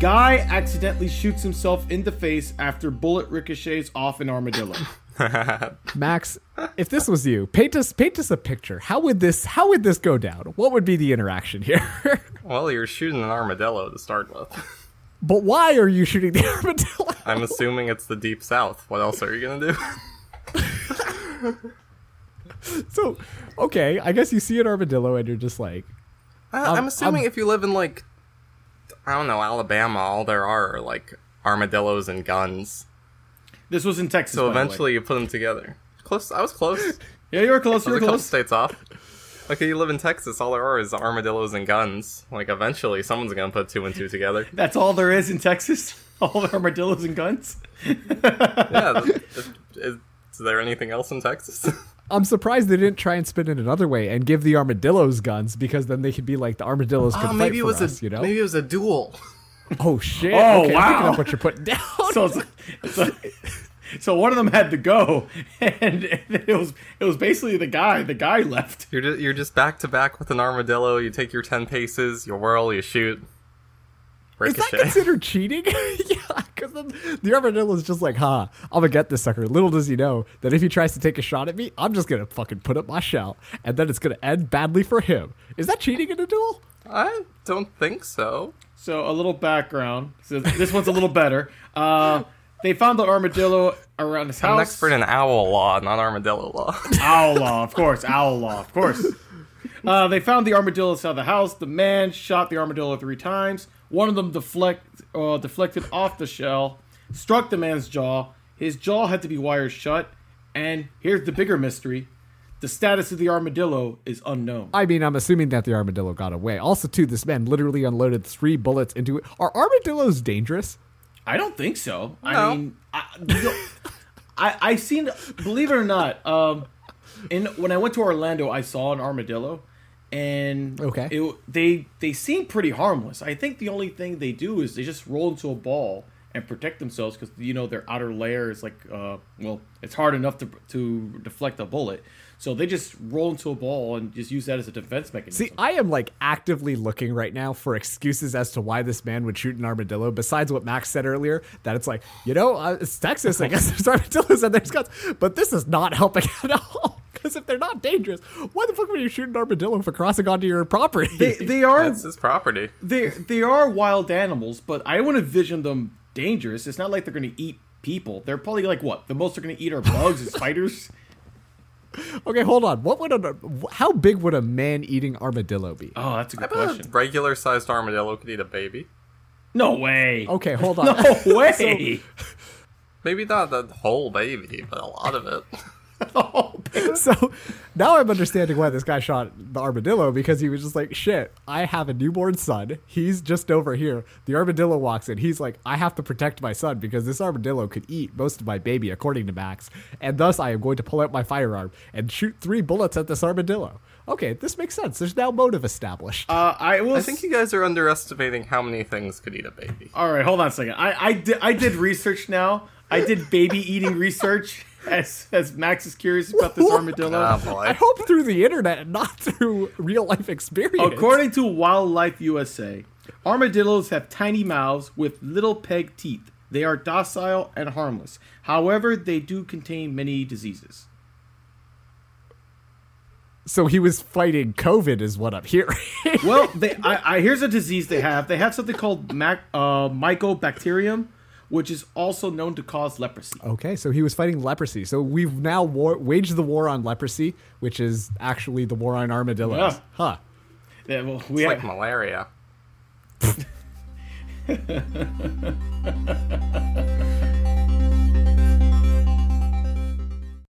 Guy accidentally shoots himself in the face after bullet ricochets off an armadillo. Max, if this was you, paint us paint us a picture. How would this how would this go down? What would be the interaction here? well, you're shooting an armadillo to start with. but why are you shooting the armadillo? I'm assuming it's the deep south. What else are you gonna do? so, okay, I guess you see an armadillo and you're just like, I, Um, I'm assuming if you live in like I don't know Alabama, all there are are like armadillos and guns. This was in Texas. So by the way. eventually you put them together. Close. I was close. I yeah, you were close. You was were a couple close. states off. Like you live in Texas, all there are is armadillos and guns. Like eventually someone's gonna put two and two together. That's all there is in Texas. All the armadillos and guns. Yeah. th- th- is, is there anything else in Texas? I'm surprised they didn't try and spin it another way and give the armadillos guns because then they could be like the armadillos could fight for us, you know? Oh, maybe it was a duel. oh shit! Oh, okay, I'm picking wow. up what you're putting down. So, it's, so, so one of them had to go, and it was it was basically the guy. The guy left. You're just, you're just back to back with an armadillo. You take your ten paces, you whirl, you shoot. Is that Ricochet. considered cheating? yeah, because the armadillo is just like, huh, I'm gonna get this sucker. Little does he know that if he tries to take a shot at me, I'm just gonna fucking put up my shell, and then it's gonna end badly for him. Is that cheating in a duel? I don't think so. So a little background. So this one's a little better. Uh, they found the armadillo around his house. I'm an expert in owl law, not armadillo law. owl law, of course. Owl law, of course. Uh, they found the armadillo inside the house. The man shot the armadillo three times. One of them deflect, uh, deflected off the shell, struck the man's jaw. His jaw had to be wired shut. And here's the bigger mystery: the status of the armadillo is unknown. I mean, I'm assuming that the armadillo got away. Also, too, this man literally unloaded three bullets into it. Are armadillos dangerous? I don't think so. No. I mean, I, you know, I I've seen, believe it or not, um, in when I went to Orlando, I saw an armadillo, and Okay. it, they they seem pretty harmless. I think the only thing they do is they just roll into a ball and protect themselves because you know their outer layer is like, uh, well, it's hard enough to to deflect a bullet, so they just roll into a ball and just use that as a defense mechanism. See, I am like actively looking right now for excuses as to why this man would shoot an armadillo. Besides what Max said earlier, that it's like you know uh, it's Texas. I guess there's armadillos and there's guns, but this is not helping at all. Because if they're not dangerous, why the fuck would you shoot an armadillo for crossing onto your property? they, they are That's his property. they they are wild animals, but I wouldn't envision them dangerous. It's not like they're going to eat people. They're probably like what the most they're going to eat are bugs and spiders. okay, hold on. What would a how big would a man eating armadillo be? Oh, that's a good A question. regular sized armadillo could eat a baby. No way. Okay, hold on. No way. Maybe not the whole baby, but a lot of it. Oh, man. so now I'm understanding why this guy shot the armadillo because he was just like, shit, I have a newborn son. He's just over here. The armadillo walks in. He's like, I have to protect my son because this armadillo could eat most of my baby, according to Max. And thus I am going to pull out my firearm and shoot three bullets at this armadillo. Okay, this makes sense. There's now motive established. uh, I will. I think you guys are underestimating how many things could eat a baby. All right, hold on a second. I I did, I did research now. I did baby eating research as as Max is curious about this armadillo. Ah, boy. I hope through the internet and not through real life experience. According to Wildlife USA, armadillos have tiny mouths with little peg teeth. They are docile and harmless. However, they do contain many diseases. so he was fighting COVID, is what I'm hearing. Well, they, I, I, here's a disease they have. They have something called mac, uh, mycobacterium, which is also known to cause leprosy. Okay, so he was fighting leprosy. So we've now war- waged the war on leprosy, which is actually the war on armadillos. Yeah. Huh. Yeah, well, we Like have- malaria.